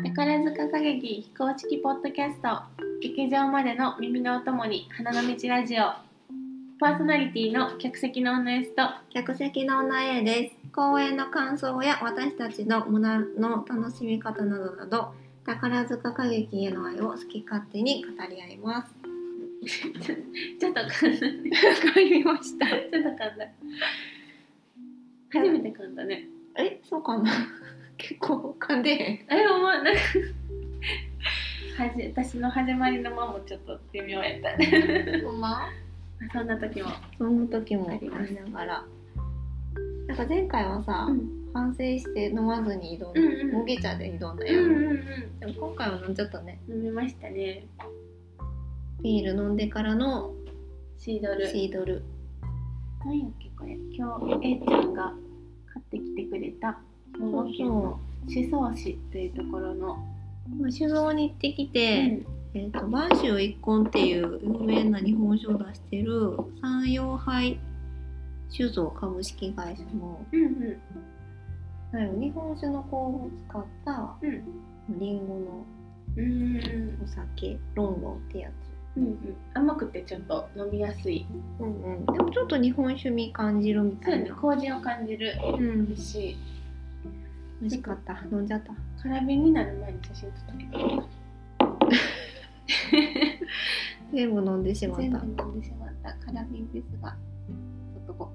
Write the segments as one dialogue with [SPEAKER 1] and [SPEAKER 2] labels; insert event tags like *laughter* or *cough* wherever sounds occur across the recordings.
[SPEAKER 1] 中歌劇非公式ポッドキャスト劇場までの耳のお供に花の道ラジオパーソナリティの客席の女 S と
[SPEAKER 2] 客席の女 A です公演の感想や私たちのものの楽しみ方などなど宝塚歌劇への愛を好き勝手に語り合います
[SPEAKER 1] ちょっと噛んだ
[SPEAKER 2] わかりました
[SPEAKER 1] ねちょっと噛んだ初めて噛んだね
[SPEAKER 2] えそうかな結構噛んでへん
[SPEAKER 1] あれお前なんかはじ私の始まりの間もちょっと微妙やったね
[SPEAKER 2] ほんま
[SPEAKER 1] そんな時も
[SPEAKER 2] その時も
[SPEAKER 1] あ
[SPEAKER 2] あ
[SPEAKER 1] り
[SPEAKER 2] り
[SPEAKER 1] ます
[SPEAKER 2] ながらなんか前回はさ、
[SPEAKER 1] うん
[SPEAKER 2] 反省して飲まずに挑んだ、
[SPEAKER 1] うんうん
[SPEAKER 2] 麦茶で挑んだ
[SPEAKER 1] うん
[SPEAKER 2] やん、
[SPEAKER 1] うん
[SPEAKER 2] でも今回は飲んじゃったね
[SPEAKER 1] うん飲みましたね
[SPEAKER 2] ビール飲んでからの
[SPEAKER 1] シードル
[SPEAKER 2] シードル
[SPEAKER 1] 何やっけこれ今日 A ちゃんが買ってきてくれた兵
[SPEAKER 2] そ
[SPEAKER 1] 庫
[SPEAKER 2] う
[SPEAKER 1] 県の
[SPEAKER 2] そ
[SPEAKER 1] 思想市というところの、
[SPEAKER 2] うまあ酒造に行ってき
[SPEAKER 1] う
[SPEAKER 2] て、
[SPEAKER 1] ん
[SPEAKER 2] えー、と播州一根っていう有名な日本酒を出してる山陽杯酒造株式会社の
[SPEAKER 1] うんうん
[SPEAKER 2] はい日本酒のこう使った
[SPEAKER 1] うん
[SPEAKER 2] りんごの
[SPEAKER 1] うんうん
[SPEAKER 2] お酒ロンロンってやつ、
[SPEAKER 1] うん甘くてちょっと飲みやすい
[SPEAKER 2] うんうん、でもちょっと日本酒味感じるみ
[SPEAKER 1] そ
[SPEAKER 2] た
[SPEAKER 1] う
[SPEAKER 2] い
[SPEAKER 1] ね
[SPEAKER 2] な
[SPEAKER 1] 麹を感じる
[SPEAKER 2] う
[SPEAKER 1] 美
[SPEAKER 2] ん
[SPEAKER 1] 味しい
[SPEAKER 2] 美味しかった飲んじゃった
[SPEAKER 1] 空瓶になる前に写真撮ったけど
[SPEAKER 2] 全部飲んでしまった
[SPEAKER 1] 全部飲んでしまった空瓶ですがちょっとこ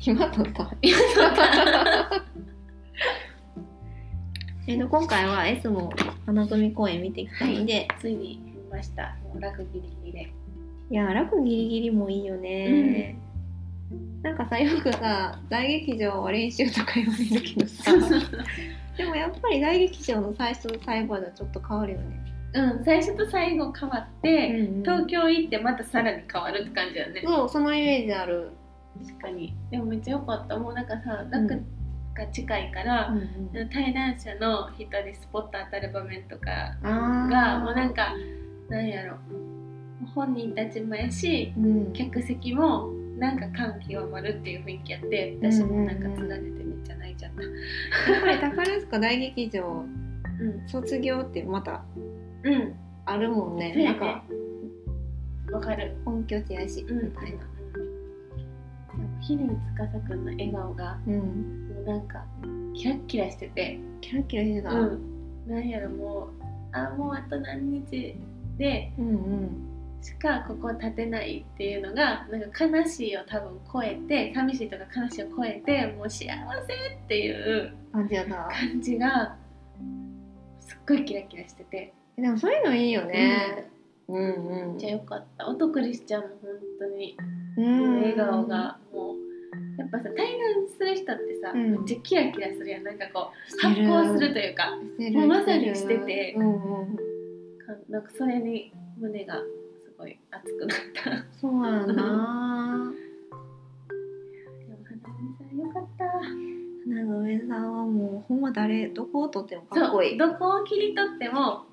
[SPEAKER 2] 今撮った *laughs* えっと今回は S も花組公演見てきたので、
[SPEAKER 1] うついに見ましたもう楽ギリギリで
[SPEAKER 2] いや楽ギリギリもいいよね、なんかさよくさ大劇場は練習とか言われるけどさ
[SPEAKER 1] *laughs*
[SPEAKER 2] でもやっぱり大劇場の最初と最後ではちょっと変わるよね、
[SPEAKER 1] うん最初と最後変わって、東京行ってまたさらに変わるって感じだよね
[SPEAKER 2] そうそのイメージある、
[SPEAKER 1] 確かにでもめっちゃ良かったもうなんかさ楽が近いから、対談者の人にスポット当たる場面とか
[SPEAKER 2] あー
[SPEAKER 1] がもうなんかなんやろ本人たちもやし
[SPEAKER 2] うん
[SPEAKER 1] 客席もなんか感極まるっていう雰囲気やって私もなんかつられてめっちゃ泣いちゃった、うん
[SPEAKER 2] やっぱり宝塚大劇場卒業ってまた
[SPEAKER 1] うん
[SPEAKER 2] あるもんね
[SPEAKER 1] そうやね
[SPEAKER 2] なんか
[SPEAKER 1] わかる
[SPEAKER 2] 本拠地やし、
[SPEAKER 1] うん
[SPEAKER 2] みたいな、
[SPEAKER 1] ひる司くんの笑顔が
[SPEAKER 2] うん、
[SPEAKER 1] もうなんかキラッキラしてて
[SPEAKER 2] キラキラしてた、
[SPEAKER 1] うん、なんやろもうあもうあと何日で
[SPEAKER 2] うんうん
[SPEAKER 1] しかここを立てないっていうのがなんか悲しいを多分超えて寂しいとか悲しいを超えてもう幸せっていう
[SPEAKER 2] 感じやな
[SPEAKER 1] 感じがすっごいキラキラしてて、
[SPEAKER 2] でもそういうのいいよね、うんう
[SPEAKER 1] め
[SPEAKER 2] ん
[SPEAKER 1] っちゃよかった音クリスチャンも本当に
[SPEAKER 2] うん
[SPEAKER 1] 笑顔がもうやっぱさ対談する人ってさ、
[SPEAKER 2] うん
[SPEAKER 1] めっちゃキラキラするやんなんかこう
[SPEAKER 2] して
[SPEAKER 1] 発
[SPEAKER 2] る
[SPEAKER 1] 光するというか
[SPEAKER 2] して
[SPEAKER 1] もうまさにしてて
[SPEAKER 2] うんう
[SPEAKER 1] か
[SPEAKER 2] ん、
[SPEAKER 1] なんかそれに胸がすごい熱くなった。
[SPEAKER 2] そうやな
[SPEAKER 1] でも花見さんよかった。
[SPEAKER 2] 花の上さんはもうほんま誰どこを撮ってもかっこいい
[SPEAKER 1] そうどこを切り取っても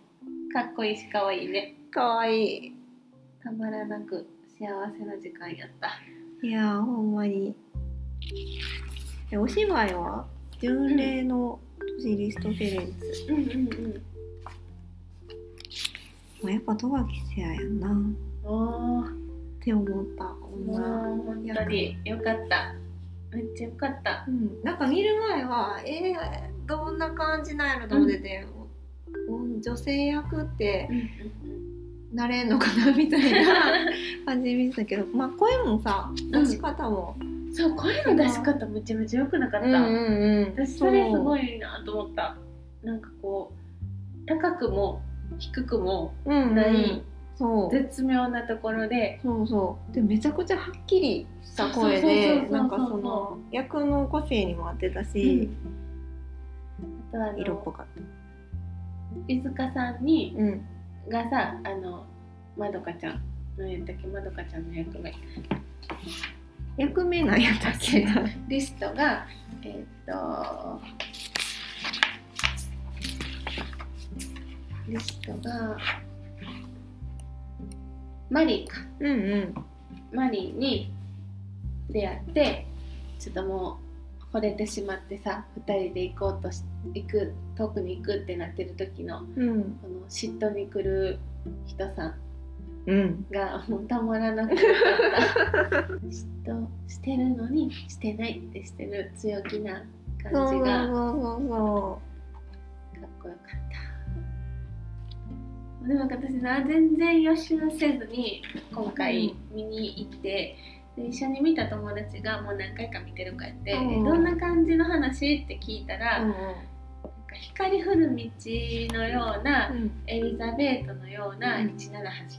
[SPEAKER 1] かっこいいし可愛いね。
[SPEAKER 2] かわい
[SPEAKER 1] たまらなく幸せな時間やった。
[SPEAKER 2] いいやーほんまにえお芝居は巡礼の都市リストフェレンツ、
[SPEAKER 1] うんうん
[SPEAKER 2] もうやっぱ戸垣せややんなっ
[SPEAKER 1] うん。おお。
[SPEAKER 2] て思ったほん
[SPEAKER 1] もう
[SPEAKER 2] ま
[SPEAKER 1] 本当によかった。めっちゃよかった。
[SPEAKER 2] うん、なんか見る前はえー、どんな感じなんやろと思ってて、うん女性役って
[SPEAKER 1] うんうん
[SPEAKER 2] なれんのかなみたいな感じで見てたけど、まあ、声もさ出し方も、
[SPEAKER 1] うん。 *laughs* そう声の出し方めちゃめちゃ良くなかった。
[SPEAKER 2] うん
[SPEAKER 1] 私それすご
[SPEAKER 2] い、
[SPEAKER 1] いなと思った。なんかこう高くも低くも
[SPEAKER 2] うんうん
[SPEAKER 1] ない
[SPEAKER 2] そう
[SPEAKER 1] 絶妙なところで。
[SPEAKER 2] そうそうでめちゃくちゃはっきりした声
[SPEAKER 1] そうそうそうそうそう
[SPEAKER 2] で
[SPEAKER 1] そう
[SPEAKER 2] なんかその役の個性にも合ってたし、
[SPEAKER 1] うんあとあの
[SPEAKER 2] 色っぽかった、
[SPEAKER 1] 飯塚さんに
[SPEAKER 2] うん、
[SPEAKER 1] がさあのまどかちゃん何やったっけまどかちゃんの役目
[SPEAKER 2] 役目なんやったっけな
[SPEAKER 1] リストがえーっとリストがマリーか
[SPEAKER 2] うんうん
[SPEAKER 1] マリーに出会ってちょっともう惚れてしまってさ2人で行こうとし行く遠くに行くってなってる時の
[SPEAKER 2] うん
[SPEAKER 1] この嫉妬に来る人さん
[SPEAKER 2] うん
[SPEAKER 1] がもうたまらなくなった嫉妬してるのにしてないってしてる強気な
[SPEAKER 2] そう
[SPEAKER 1] 感
[SPEAKER 2] そ
[SPEAKER 1] じ
[SPEAKER 2] う
[SPEAKER 1] がかっ
[SPEAKER 2] そうそうそ
[SPEAKER 1] こよかったでも私な全然予習せずに今回見に行って、で一緒に見た友達がもう何回か見てるかやって、
[SPEAKER 2] うん
[SPEAKER 1] でどんな感じの話って聞いたら、
[SPEAKER 2] う
[SPEAKER 1] なんか光降る道のような、
[SPEAKER 2] うん
[SPEAKER 1] エリザベートのような
[SPEAKER 2] うん
[SPEAKER 1] 1789っ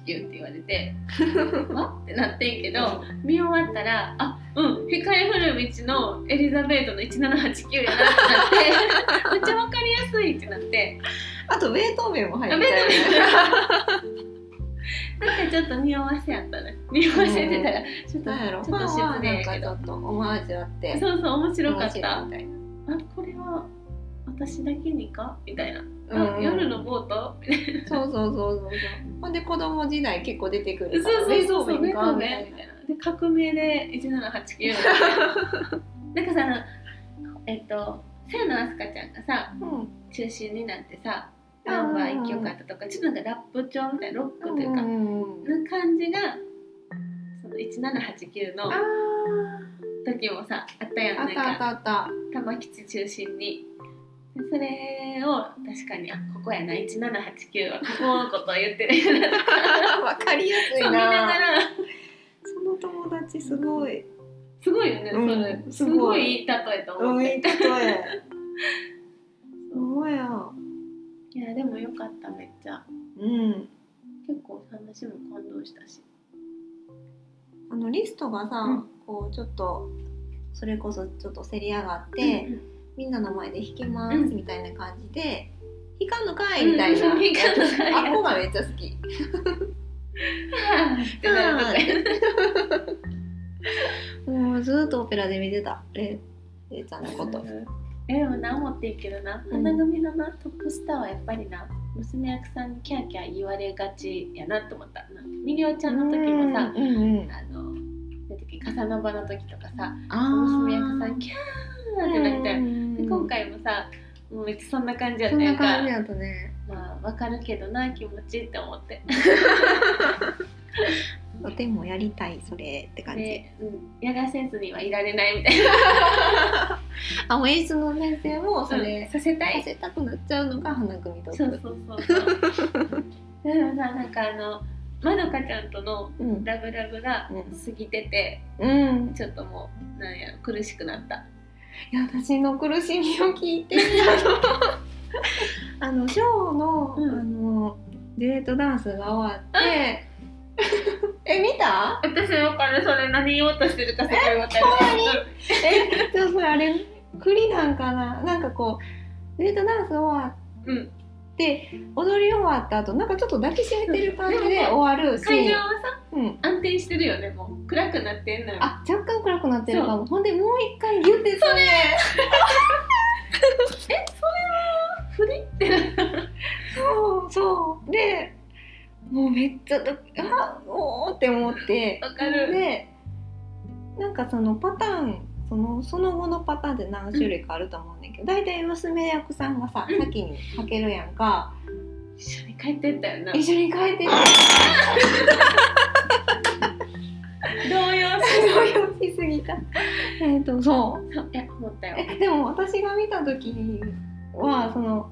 [SPEAKER 1] て言われ
[SPEAKER 2] *laughs*
[SPEAKER 1] て「わっ?」ってなってんけど見終わったら「あうん光降る道のエリザベートの1789やな」って
[SPEAKER 2] *laughs*
[SPEAKER 1] なってめっちゃわかりやすいってなって
[SPEAKER 2] あとベートーベンも入って
[SPEAKER 1] あベートー
[SPEAKER 2] ベン
[SPEAKER 1] *laughs* なんかちょっと匂わせやったね匂わせてたらちょっと
[SPEAKER 2] なんやろ
[SPEAKER 1] ちょっと
[SPEAKER 2] フ
[SPEAKER 1] 失
[SPEAKER 2] ァンはな
[SPEAKER 1] 礼
[SPEAKER 2] ん
[SPEAKER 1] や
[SPEAKER 2] か
[SPEAKER 1] け
[SPEAKER 2] ち
[SPEAKER 1] ど
[SPEAKER 2] ょっとオマージュあって
[SPEAKER 1] そうそう面白かった
[SPEAKER 2] 面白いみ
[SPEAKER 1] あ
[SPEAKER 2] たいな
[SPEAKER 1] これは私だけにかみたいな、
[SPEAKER 2] うん
[SPEAKER 1] あ夜のボートみたい
[SPEAKER 2] そうそうそうそうそうほんで子供時代結構出てくる
[SPEAKER 1] な
[SPEAKER 2] から
[SPEAKER 1] そうそうそう
[SPEAKER 2] ベ
[SPEAKER 1] ベ
[SPEAKER 2] ー
[SPEAKER 1] ー
[SPEAKER 2] ト
[SPEAKER 1] ト
[SPEAKER 2] ー
[SPEAKER 1] ー
[SPEAKER 2] ベ
[SPEAKER 1] ベ
[SPEAKER 2] ンみ
[SPEAKER 1] ンみたい
[SPEAKER 2] たいな
[SPEAKER 1] なで革命で1789なんかさあのえっと清野飛鳥ちゃんがさ
[SPEAKER 2] うん
[SPEAKER 1] 中心になってさ
[SPEAKER 2] あー
[SPEAKER 1] ナンバー一曲あったとかちょっとなんかラップ調みたいなロックというか、
[SPEAKER 2] うん
[SPEAKER 1] の感じがその1789
[SPEAKER 2] あ
[SPEAKER 1] の時もさあったや
[SPEAKER 2] ーあ
[SPEAKER 1] ん
[SPEAKER 2] ったあ
[SPEAKER 1] な
[SPEAKER 2] っ
[SPEAKER 1] ん
[SPEAKER 2] た
[SPEAKER 1] か
[SPEAKER 2] あった
[SPEAKER 1] *laughs* 玉吉中心にでそれを確かにあここやな1789はここのことを言ってる
[SPEAKER 2] わかりやすい
[SPEAKER 1] そう見なが
[SPEAKER 2] な。
[SPEAKER 1] ら
[SPEAKER 2] その友達すごい。
[SPEAKER 1] すごいよね、
[SPEAKER 2] うん
[SPEAKER 1] それ
[SPEAKER 2] す
[SPEAKER 1] す
[SPEAKER 2] ご
[SPEAKER 1] ご
[SPEAKER 2] い
[SPEAKER 1] いいい例えと思
[SPEAKER 2] う
[SPEAKER 1] っ
[SPEAKER 2] ん、
[SPEAKER 1] て、
[SPEAKER 2] い
[SPEAKER 1] *laughs*
[SPEAKER 2] い例え。そうや。
[SPEAKER 1] いやでもよかっためっちゃ
[SPEAKER 2] うん。
[SPEAKER 1] 結構話も感動したし
[SPEAKER 2] あのリストがさ、
[SPEAKER 1] うん
[SPEAKER 2] こうちょっと。それこそちょっと競り上がって、
[SPEAKER 1] うんうん
[SPEAKER 2] みんなの前で弾きます
[SPEAKER 1] うん
[SPEAKER 2] みたいな感じで。弾かんのかいみたいな。
[SPEAKER 1] うん弾かんのかい
[SPEAKER 2] あ、こがめっちゃ好き。
[SPEAKER 1] ってなるとか
[SPEAKER 2] もうずっとオペラで見てた。れい、れいちゃんのこと。
[SPEAKER 1] えでもな思っていいけどな
[SPEAKER 2] うん
[SPEAKER 1] 花組のなトップスターはやっぱりな娘役さんにキャーキャー言われがちやなと思ったなみりおちゃんの時もさ
[SPEAKER 2] うんうん、
[SPEAKER 1] あのなんだっけカサノバの時とかさ
[SPEAKER 2] あー
[SPEAKER 1] 娘役さんキャーってなった
[SPEAKER 2] う
[SPEAKER 1] よ
[SPEAKER 2] ん
[SPEAKER 1] で今回もさもうめっちゃそんな感じやっ
[SPEAKER 2] そ
[SPEAKER 1] た
[SPEAKER 2] ん
[SPEAKER 1] や
[SPEAKER 2] なん
[SPEAKER 1] か
[SPEAKER 2] 感じだったね。
[SPEAKER 1] まあわかるけどな気持ちって思って
[SPEAKER 2] でもやりたいそれって感じ。
[SPEAKER 1] で、うん、やらせずにはいられないみたいな
[SPEAKER 2] あもう演出の先生もそれ、
[SPEAKER 1] させた
[SPEAKER 2] さ
[SPEAKER 1] い
[SPEAKER 2] せたくなっちゃうのが花組と
[SPEAKER 1] そうそうそう
[SPEAKER 2] *laughs*
[SPEAKER 1] そうでもさなんかあのまどかちゃんとの
[SPEAKER 2] うん
[SPEAKER 1] ラブラブが
[SPEAKER 2] うん
[SPEAKER 1] 過ぎてて、
[SPEAKER 2] うん、
[SPEAKER 1] ちょっともうなんやろ苦しくなった
[SPEAKER 2] いや私の苦しみを聞いてあの *laughs* ショーの,、
[SPEAKER 1] うん
[SPEAKER 2] あのデュエットダンスが終わって、 *laughs* え見た
[SPEAKER 1] 私わかるそれ何言おうとしてるかすごいわかる
[SPEAKER 2] *laughs* えでもそれあれ振りなんかななんかこうデュエットダンス終わ
[SPEAKER 1] うんうん
[SPEAKER 2] って踊り終わった後なんかちょっと抱きしめてる感じで終わるシ
[SPEAKER 1] 会場
[SPEAKER 2] ーン
[SPEAKER 1] はさ、
[SPEAKER 2] うん
[SPEAKER 1] 安定してるよねもう暗くなってんのよ
[SPEAKER 2] あ若干暗くなってるかもほんでもう一回ギュってそれ
[SPEAKER 1] 振りってなった
[SPEAKER 2] そうそうでもうめっちゃドキあおーって思って
[SPEAKER 1] わかる
[SPEAKER 2] でなんかそのパターンそのその後のパターンって何種類かあると思うんだけど、大体娘役さんがさ
[SPEAKER 1] うん
[SPEAKER 2] 先にかけるやんか、
[SPEAKER 1] 一緒に帰ってったよな動
[SPEAKER 2] 一緒に帰ってて
[SPEAKER 1] 揺し
[SPEAKER 2] 動揺しすぎた *laughs* えっとそう
[SPEAKER 1] そういや思ったよ
[SPEAKER 2] えでも私が見た時はその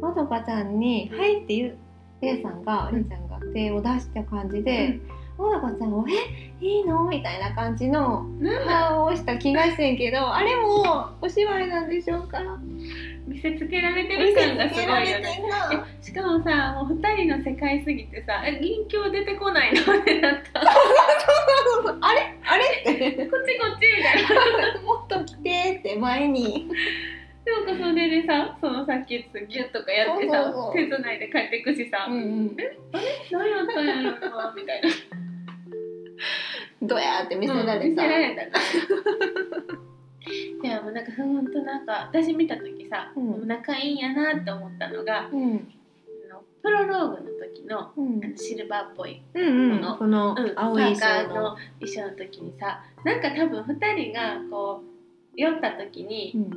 [SPEAKER 2] まどかちゃんに「はい」って言うレイさんが
[SPEAKER 1] うん
[SPEAKER 2] レイちゃんが手を出した感じで、まどかちゃんは「えいいの?」みたいな感じの
[SPEAKER 1] うんなんだ
[SPEAKER 2] 顔をした気がしてんけどあれもお芝居なんでしょうか
[SPEAKER 1] 見せつけられてる感がすごいよ
[SPEAKER 2] 見せつけられ
[SPEAKER 1] ね
[SPEAKER 2] てんな
[SPEAKER 1] えしかもさもう2人の世界すぎてさえ銀鏡出てこないのってなった
[SPEAKER 2] あれあれって
[SPEAKER 1] こっちこっちみたいな
[SPEAKER 2] もっと来てって前に
[SPEAKER 1] なんかそれでさそのさっき言ってたギュッとかやって
[SPEAKER 2] そう
[SPEAKER 1] さ
[SPEAKER 2] そうそう
[SPEAKER 1] 手つないで帰ってくしさ、
[SPEAKER 2] ん
[SPEAKER 1] 何やったんやろなみたいな
[SPEAKER 2] うんドヤーって見せら
[SPEAKER 1] うん
[SPEAKER 2] れ
[SPEAKER 1] 見
[SPEAKER 2] た、
[SPEAKER 1] せられたないやもうなんかほんとなんか私見た時さ、
[SPEAKER 2] うん
[SPEAKER 1] もう仲いいんやなって思ったのが
[SPEAKER 2] うん
[SPEAKER 1] あのプロローグの時の
[SPEAKER 2] うん
[SPEAKER 1] あのシルバーっぽい
[SPEAKER 2] う
[SPEAKER 1] こ
[SPEAKER 2] んうん
[SPEAKER 1] の
[SPEAKER 2] この
[SPEAKER 1] うん、
[SPEAKER 2] 青い
[SPEAKER 1] パーカーの
[SPEAKER 2] 衣
[SPEAKER 1] 衣装の時にさなんか多分2人がこう酔った時に
[SPEAKER 2] うん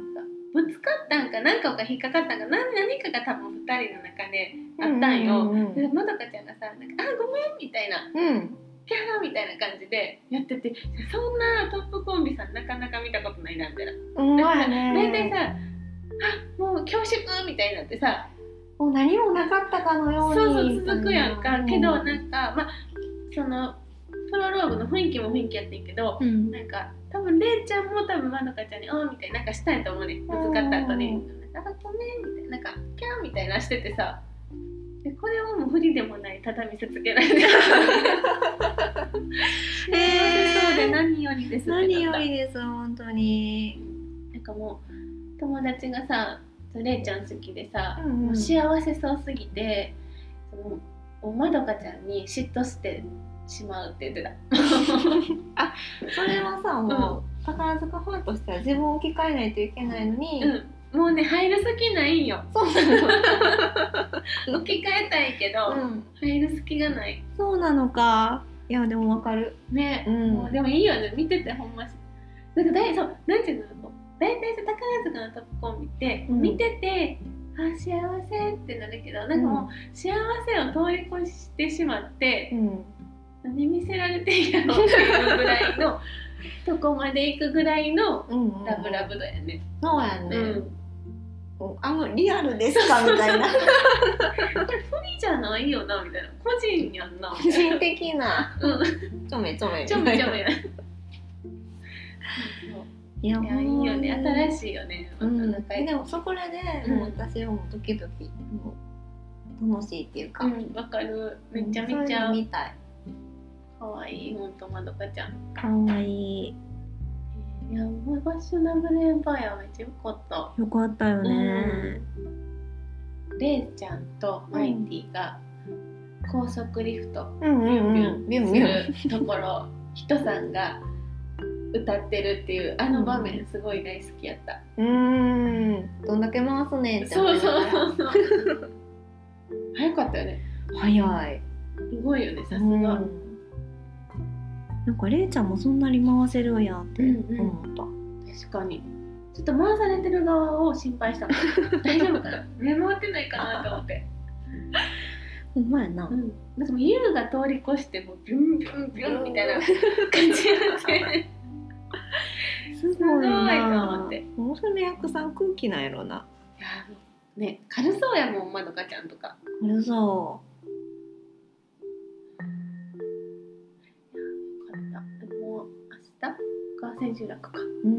[SPEAKER 1] ぶつかったんか何かが引っかかったんか何何かが多分2人の中であったんよ。
[SPEAKER 2] うんうん
[SPEAKER 1] でまどかちゃんがさ「なんかあごめん」みたいな
[SPEAKER 2] うんうん
[SPEAKER 1] 「キャー」みたいな感じでやっててそんなトップコンビさんなかなか見たことないなみたいな。
[SPEAKER 2] うんう
[SPEAKER 1] だか
[SPEAKER 2] ま
[SPEAKER 1] ら
[SPEAKER 2] いね
[SPEAKER 1] 大体さ「あもう恐縮」みたいになってさ
[SPEAKER 2] もう何もなかったかのよ
[SPEAKER 1] そうう
[SPEAKER 2] に
[SPEAKER 1] そう続くやんかけど
[SPEAKER 2] ね、
[SPEAKER 1] なんかまあそのプロローグの雰囲気も雰囲気やってんけど
[SPEAKER 2] うん
[SPEAKER 1] なんか多分れいちゃんも多分まどかちゃんに「おーみたいななんかしたいと思うねんぶつかった後に「あごめん」みたいななんか「キャー」みたいなしててさでこれをもう不利でもない畳み続けられ
[SPEAKER 2] *laughs*
[SPEAKER 1] てそうで何よりですってなった
[SPEAKER 2] 何よりです本当に、
[SPEAKER 1] なんかもう友達がされいちゃん好きでさ、
[SPEAKER 2] うんうん
[SPEAKER 1] もう幸せそうすぎてそのおまどかちゃんに嫉妬してしまうって言ってた。
[SPEAKER 2] *laughs* それはさもう、宝塚ファンとしては自分を置き換えないといけないのに、
[SPEAKER 1] うん、もうね入る隙ないんよ
[SPEAKER 2] そうな
[SPEAKER 1] 置き換えたいけど、
[SPEAKER 2] の、うん、
[SPEAKER 1] 入る隙がない
[SPEAKER 2] そうなのかいやでもわかる
[SPEAKER 1] ね、
[SPEAKER 2] うん
[SPEAKER 1] もうでもいいよね見ててほんましなんか大そうなんていうのこう大体さ宝塚のトップコンビって、
[SPEAKER 2] うん
[SPEAKER 1] 見ててあ幸せってなるけどなんかもう、幸せを通り越してしまって、
[SPEAKER 2] うん
[SPEAKER 1] 何見せられてんやろっていうぐらい
[SPEAKER 2] *laughs*
[SPEAKER 1] のとこまで行くぐらいの
[SPEAKER 2] うんうん
[SPEAKER 1] ラブラブだよね。
[SPEAKER 2] そうやね、
[SPEAKER 1] うん。
[SPEAKER 2] こうあのリアルですかみたいな
[SPEAKER 1] これ不利じゃないよなみたいな。個人やんな
[SPEAKER 2] *laughs* 個
[SPEAKER 1] みたい
[SPEAKER 2] 人
[SPEAKER 1] な。
[SPEAKER 2] 的な
[SPEAKER 1] うん。
[SPEAKER 2] ちょめちょめみ
[SPEAKER 1] ち
[SPEAKER 2] た
[SPEAKER 1] ょ
[SPEAKER 2] い
[SPEAKER 1] め
[SPEAKER 2] な
[SPEAKER 1] ちょめや。
[SPEAKER 2] *laughs* いや
[SPEAKER 1] いやいいよね。新
[SPEAKER 2] い
[SPEAKER 1] しいよね。
[SPEAKER 2] う
[SPEAKER 1] また
[SPEAKER 2] ん、
[SPEAKER 1] 仲良い
[SPEAKER 2] でもそこらで、
[SPEAKER 1] うん
[SPEAKER 2] もう私はもう時々もう楽しいっていうか、
[SPEAKER 1] うん。わかる。めちゃめち
[SPEAKER 2] そういうの
[SPEAKER 1] ゃ
[SPEAKER 2] 見たい
[SPEAKER 1] 可愛い。本当まどかちゃん。
[SPEAKER 2] かわいい
[SPEAKER 1] いやもうファッショナブルエンパイアめっちゃ良かった。
[SPEAKER 2] よかったよ
[SPEAKER 1] ねレイちゃんとマイティが高速リフト。
[SPEAKER 2] うんうんうん
[SPEAKER 1] ビュ
[SPEAKER 2] ビュ
[SPEAKER 1] ンビ
[SPEAKER 2] ンビ
[SPEAKER 1] ュ
[SPEAKER 2] ュ
[SPEAKER 1] ンするところ人さんが歌ってるっていうあの場面すごい大好きやった、
[SPEAKER 2] ンうーんどんだけ回すねんって
[SPEAKER 1] そ
[SPEAKER 2] 思いうなが
[SPEAKER 1] そ
[SPEAKER 2] ら
[SPEAKER 1] うそうそう早かったよね
[SPEAKER 2] 早い
[SPEAKER 1] すごいよねさすが、
[SPEAKER 2] うんなんかれいちゃんもそんなに回せるんやって
[SPEAKER 1] うんうん
[SPEAKER 2] 思った、
[SPEAKER 1] 確かにちょっと回されてる側を心配した *laughs* もん大丈夫 *laughs* かな目回ってないかなと思って、
[SPEAKER 2] ほんまやな
[SPEAKER 1] うん、私も優が通り越してもうビュンビュンビュンみたいな感じやって
[SPEAKER 2] すごい
[SPEAKER 1] すごいと
[SPEAKER 2] な
[SPEAKER 1] 思って
[SPEAKER 2] もうそれ役さん空気なんやろない
[SPEAKER 1] やね軽そうやもんまどかちゃんとか
[SPEAKER 2] あれさ
[SPEAKER 1] よかったでも明日が千秋楽か
[SPEAKER 2] うん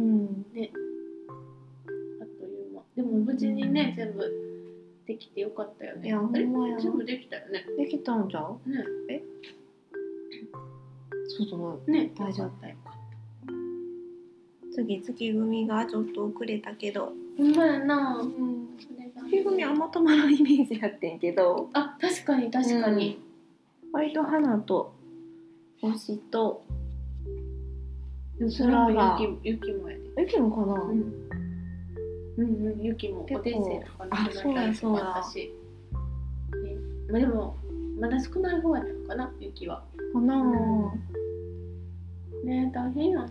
[SPEAKER 1] あっという間でも無事にね全部できてよかったよね
[SPEAKER 2] いやほ
[SPEAKER 1] あれ
[SPEAKER 2] んまや
[SPEAKER 1] 全部できたよね
[SPEAKER 2] できたんじゃん
[SPEAKER 1] ね
[SPEAKER 2] そうそう
[SPEAKER 1] ね
[SPEAKER 2] 大丈夫
[SPEAKER 1] よかったよ
[SPEAKER 2] 次月組がちょっと遅れたけど
[SPEAKER 1] ほんまやな
[SPEAKER 2] うん
[SPEAKER 1] それが
[SPEAKER 2] 月組あんまとまのイメージやってんけど
[SPEAKER 1] あ確かに確かに、
[SPEAKER 2] 割と花と星と
[SPEAKER 1] でもそれも雪雪もやで、
[SPEAKER 2] えきもかな、
[SPEAKER 1] んうんうん、雪もお天生とかの
[SPEAKER 2] 結構あ
[SPEAKER 1] 話も
[SPEAKER 2] そうだ
[SPEAKER 1] あったし、ね、まあでもまだ少ない方やったのかな雪は
[SPEAKER 2] かな、
[SPEAKER 1] ね大変やね
[SPEAKER 2] 大変だ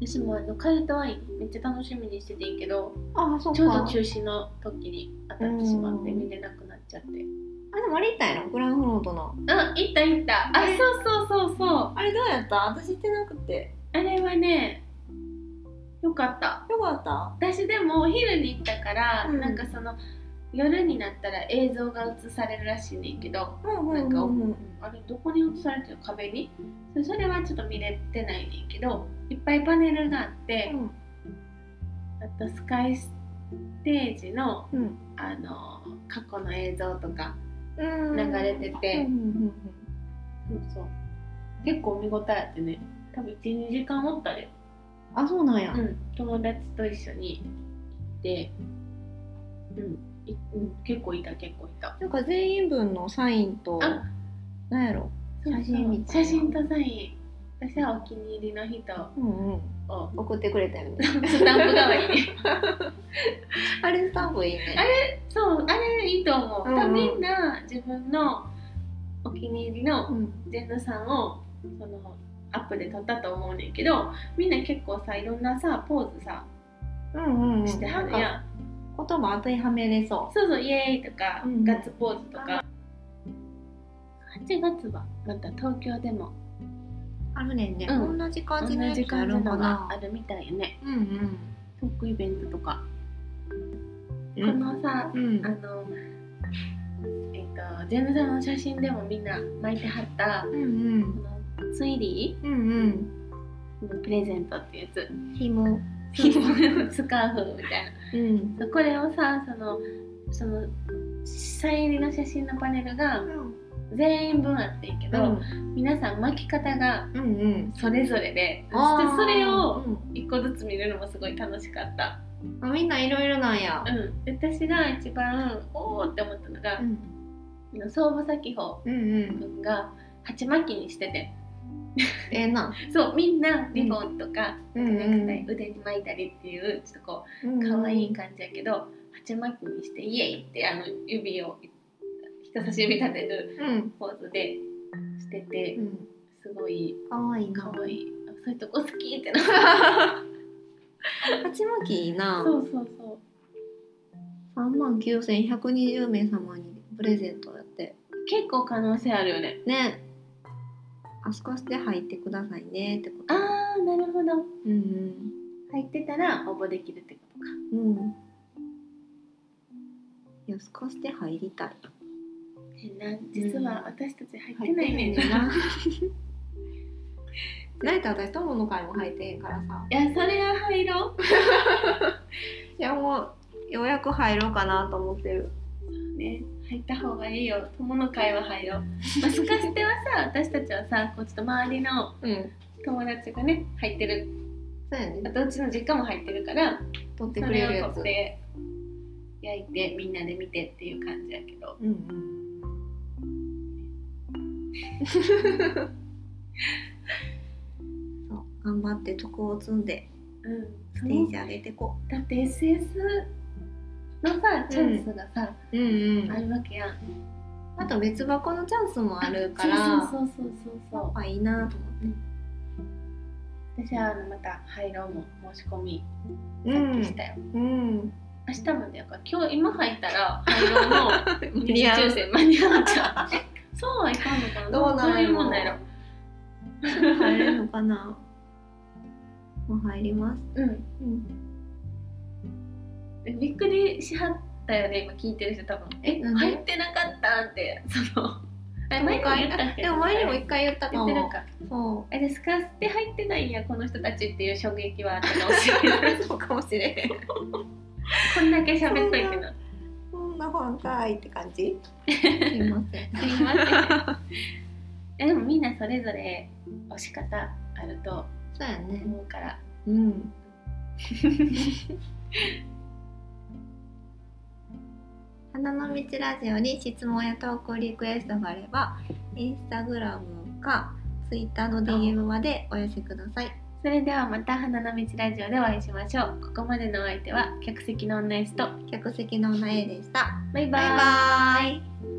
[SPEAKER 1] 私もあのカルトワインめっちゃ楽しみにしててんけど
[SPEAKER 2] あそうか
[SPEAKER 1] ちょうど中止の時に当たってしまって
[SPEAKER 2] うん
[SPEAKER 1] 見れなくなっちゃって
[SPEAKER 2] あでもあれ行ったんやろグランフロントの
[SPEAKER 1] あ行った行ったあそうそうそうそう
[SPEAKER 2] あれどうやった私行ってなくて
[SPEAKER 1] あれはねよかった
[SPEAKER 2] よかった
[SPEAKER 1] 私でもお昼に行ったから、
[SPEAKER 2] うん
[SPEAKER 1] なんかその夜になったら映像が映されるらしいねんけど、
[SPEAKER 2] うん
[SPEAKER 1] なんか、
[SPEAKER 2] うんうん
[SPEAKER 1] あれどこに映されてる壁にそそれはちょっと見れてないねんけどいっぱいパネルがあって、あとスカイステージの
[SPEAKER 2] うん
[SPEAKER 1] あの過去の映像とか
[SPEAKER 2] うん
[SPEAKER 1] 流れてて、
[SPEAKER 2] うんうん
[SPEAKER 1] そうそう結構見応えあってね多分12時間おったで、
[SPEAKER 2] うん、あそうなんや、
[SPEAKER 1] うん、友達と一緒に行って、うんいうん、結構いた結構いた
[SPEAKER 2] なんか全員分のサインと
[SPEAKER 1] あ
[SPEAKER 2] なんやろ写真みたい
[SPEAKER 1] 写
[SPEAKER 2] な
[SPEAKER 1] 真とサイン私はお気に入りの人
[SPEAKER 2] うんうん *laughs*
[SPEAKER 1] を
[SPEAKER 2] 送ってくれたよ *laughs* ね
[SPEAKER 1] スタンプ代わりに
[SPEAKER 2] *laughs* あれスタンプいいね
[SPEAKER 1] あそうあれいいと思う、
[SPEAKER 2] うんうん
[SPEAKER 1] 多分みんな自分のお気に入りの
[SPEAKER 2] うん
[SPEAKER 1] ジェンヌさんをそのアップで撮ったと思うねんけどみんな結構さいろんなさポーズさ
[SPEAKER 2] うんうん、
[SPEAKER 1] してはる
[SPEAKER 2] なんか
[SPEAKER 1] やん
[SPEAKER 2] 言葉当てはめれそ
[SPEAKER 1] そうそうイエーイとか、
[SPEAKER 2] うん
[SPEAKER 1] ガッツポーズとか8月はまた東京でも
[SPEAKER 2] うあるねんね、
[SPEAKER 1] うん
[SPEAKER 2] 同じ
[SPEAKER 1] 同
[SPEAKER 2] 感じのや
[SPEAKER 1] じ
[SPEAKER 2] つあ
[SPEAKER 1] 感
[SPEAKER 2] る
[SPEAKER 1] じ
[SPEAKER 2] んか
[SPEAKER 1] のが
[SPEAKER 2] な
[SPEAKER 1] あるみたいよね
[SPEAKER 2] うんうん
[SPEAKER 1] トークイベントとか、
[SPEAKER 2] う
[SPEAKER 1] こ
[SPEAKER 2] ん
[SPEAKER 1] のさ
[SPEAKER 2] うん
[SPEAKER 1] あのえっ、とジェンヌさんの写真でもみんな巻いてはった
[SPEAKER 2] うんう
[SPEAKER 1] こ
[SPEAKER 2] ん
[SPEAKER 1] のツイリ
[SPEAKER 2] うんうん
[SPEAKER 1] ーのプレゼントってやつ
[SPEAKER 2] 紐
[SPEAKER 1] スカーフみたいな
[SPEAKER 2] うん
[SPEAKER 1] これをさそのそのサイン入りの写真のパネルが全員分あってんけ
[SPEAKER 2] うん
[SPEAKER 1] ど、皆さん巻き方が
[SPEAKER 2] うんうん
[SPEAKER 1] それぞれで
[SPEAKER 2] あ
[SPEAKER 1] そして
[SPEAKER 2] ー
[SPEAKER 1] それを
[SPEAKER 2] うん
[SPEAKER 1] 一個ずつ見るのもすごい楽しかった、
[SPEAKER 2] あみんないろいろなんや
[SPEAKER 1] うん、で私が一番おおって思ったのが
[SPEAKER 2] う、ん
[SPEAKER 1] あの総武咲穂
[SPEAKER 2] うんうん
[SPEAKER 1] 君が鉢巻きにしてて
[SPEAKER 2] ええな
[SPEAKER 1] そうみんなリボンとか、
[SPEAKER 2] うん
[SPEAKER 1] ネクタイ腕に巻いたりっていうちょっとこう可愛い感じやけど、鉢巻きにしてイエイってあの指を人差し指立てる
[SPEAKER 2] うん
[SPEAKER 1] ポーズでしてて
[SPEAKER 2] うん
[SPEAKER 1] すごい
[SPEAKER 2] 可愛いな
[SPEAKER 1] 可愛いあそういうとこ好きってな
[SPEAKER 2] 鉢巻きいい
[SPEAKER 1] *laughs*
[SPEAKER 2] な
[SPEAKER 1] そうそうそう
[SPEAKER 2] 3万9120名様にプレゼントやって
[SPEAKER 1] 結構可能性あるよね
[SPEAKER 2] ねあ少しで入ってくださいねってこと
[SPEAKER 1] あーなるほど
[SPEAKER 2] うん
[SPEAKER 1] 入ってたら応募できるってことか
[SPEAKER 2] うんうんいや少しで入りたい
[SPEAKER 1] 変な実は私たち入って
[SPEAKER 2] 入っ
[SPEAKER 1] ないねん
[SPEAKER 2] ん
[SPEAKER 1] な、
[SPEAKER 2] ねんな *laughs* ないと私友の会も入ってへんからさ
[SPEAKER 1] いやそれは入ろ
[SPEAKER 2] いやもうようやく入ろうかなと思ってる
[SPEAKER 1] うね入った方がいいよ友の会は入ろうまあスカステは *laughs* さ私たちはさこうちょっと周りの
[SPEAKER 2] うん
[SPEAKER 1] 友達がね入ってる
[SPEAKER 2] そうや
[SPEAKER 1] あ
[SPEAKER 2] ね
[SPEAKER 1] とうちの実家も入ってるから
[SPEAKER 2] 取って
[SPEAKER 1] そ
[SPEAKER 2] くれる
[SPEAKER 1] れを
[SPEAKER 2] や
[SPEAKER 1] 取
[SPEAKER 2] つ
[SPEAKER 1] って焼いてみんなで見てっていう感じやけど
[SPEAKER 2] うんうんそう頑張って徳を積んで
[SPEAKER 1] うん
[SPEAKER 2] ステージ上げてこ
[SPEAKER 1] だって SS のさチャンスがさ、
[SPEAKER 2] う、うんう
[SPEAKER 1] あるわけやん
[SPEAKER 2] あと別箱のチャンスもあるから
[SPEAKER 1] そうそうそうそうそう
[SPEAKER 2] あいいなと思って、
[SPEAKER 1] そう私はあのまた入ろうも申し込み
[SPEAKER 2] う
[SPEAKER 1] さっきし
[SPEAKER 2] ん
[SPEAKER 1] たよ、
[SPEAKER 2] うん、
[SPEAKER 1] 明日までやから今日今入ったら入ろうの
[SPEAKER 2] 無理や
[SPEAKER 1] 抽選間に合っちゃうえそうはいかんのかな
[SPEAKER 2] どうな
[SPEAKER 1] そう
[SPEAKER 2] んやろ
[SPEAKER 1] いうもんだよ
[SPEAKER 2] 入れるのかなもう入ります、
[SPEAKER 1] うん
[SPEAKER 2] うん、
[SPEAKER 1] びっくりしはったよね今聞いてる人多分え
[SPEAKER 2] なんで
[SPEAKER 1] 入ってなかったってそのえ
[SPEAKER 2] もう
[SPEAKER 1] 前
[SPEAKER 2] 一
[SPEAKER 1] にも言
[SPEAKER 2] 回
[SPEAKER 1] ったっけ
[SPEAKER 2] でも前にも一回言ったか
[SPEAKER 1] 言って
[SPEAKER 2] も
[SPEAKER 1] るか
[SPEAKER 2] そ
[SPEAKER 1] えでスカスって入ってないんやこの人たちっていう衝撃はあったかもしれない *laughs*
[SPEAKER 2] *laughs* うそうかもしれへん
[SPEAKER 1] こんだけ喋っとい *laughs* てな
[SPEAKER 2] そんなファンかーいって感じすいません
[SPEAKER 1] すいませんえでもみんなそれぞれ押し方あると
[SPEAKER 2] そうやね
[SPEAKER 1] 思うから
[SPEAKER 2] うん花の道ラジオに質問や投稿リクエストがあればインスタグラムかツイッターの DM までお寄せください
[SPEAKER 1] それではまた花の道ラジオでお会いしましょうここまでのお相手は客席の女 S と
[SPEAKER 2] 客席の女 A でした
[SPEAKER 1] バイバ
[SPEAKER 2] バイ
[SPEAKER 1] イ
[SPEAKER 2] バーイ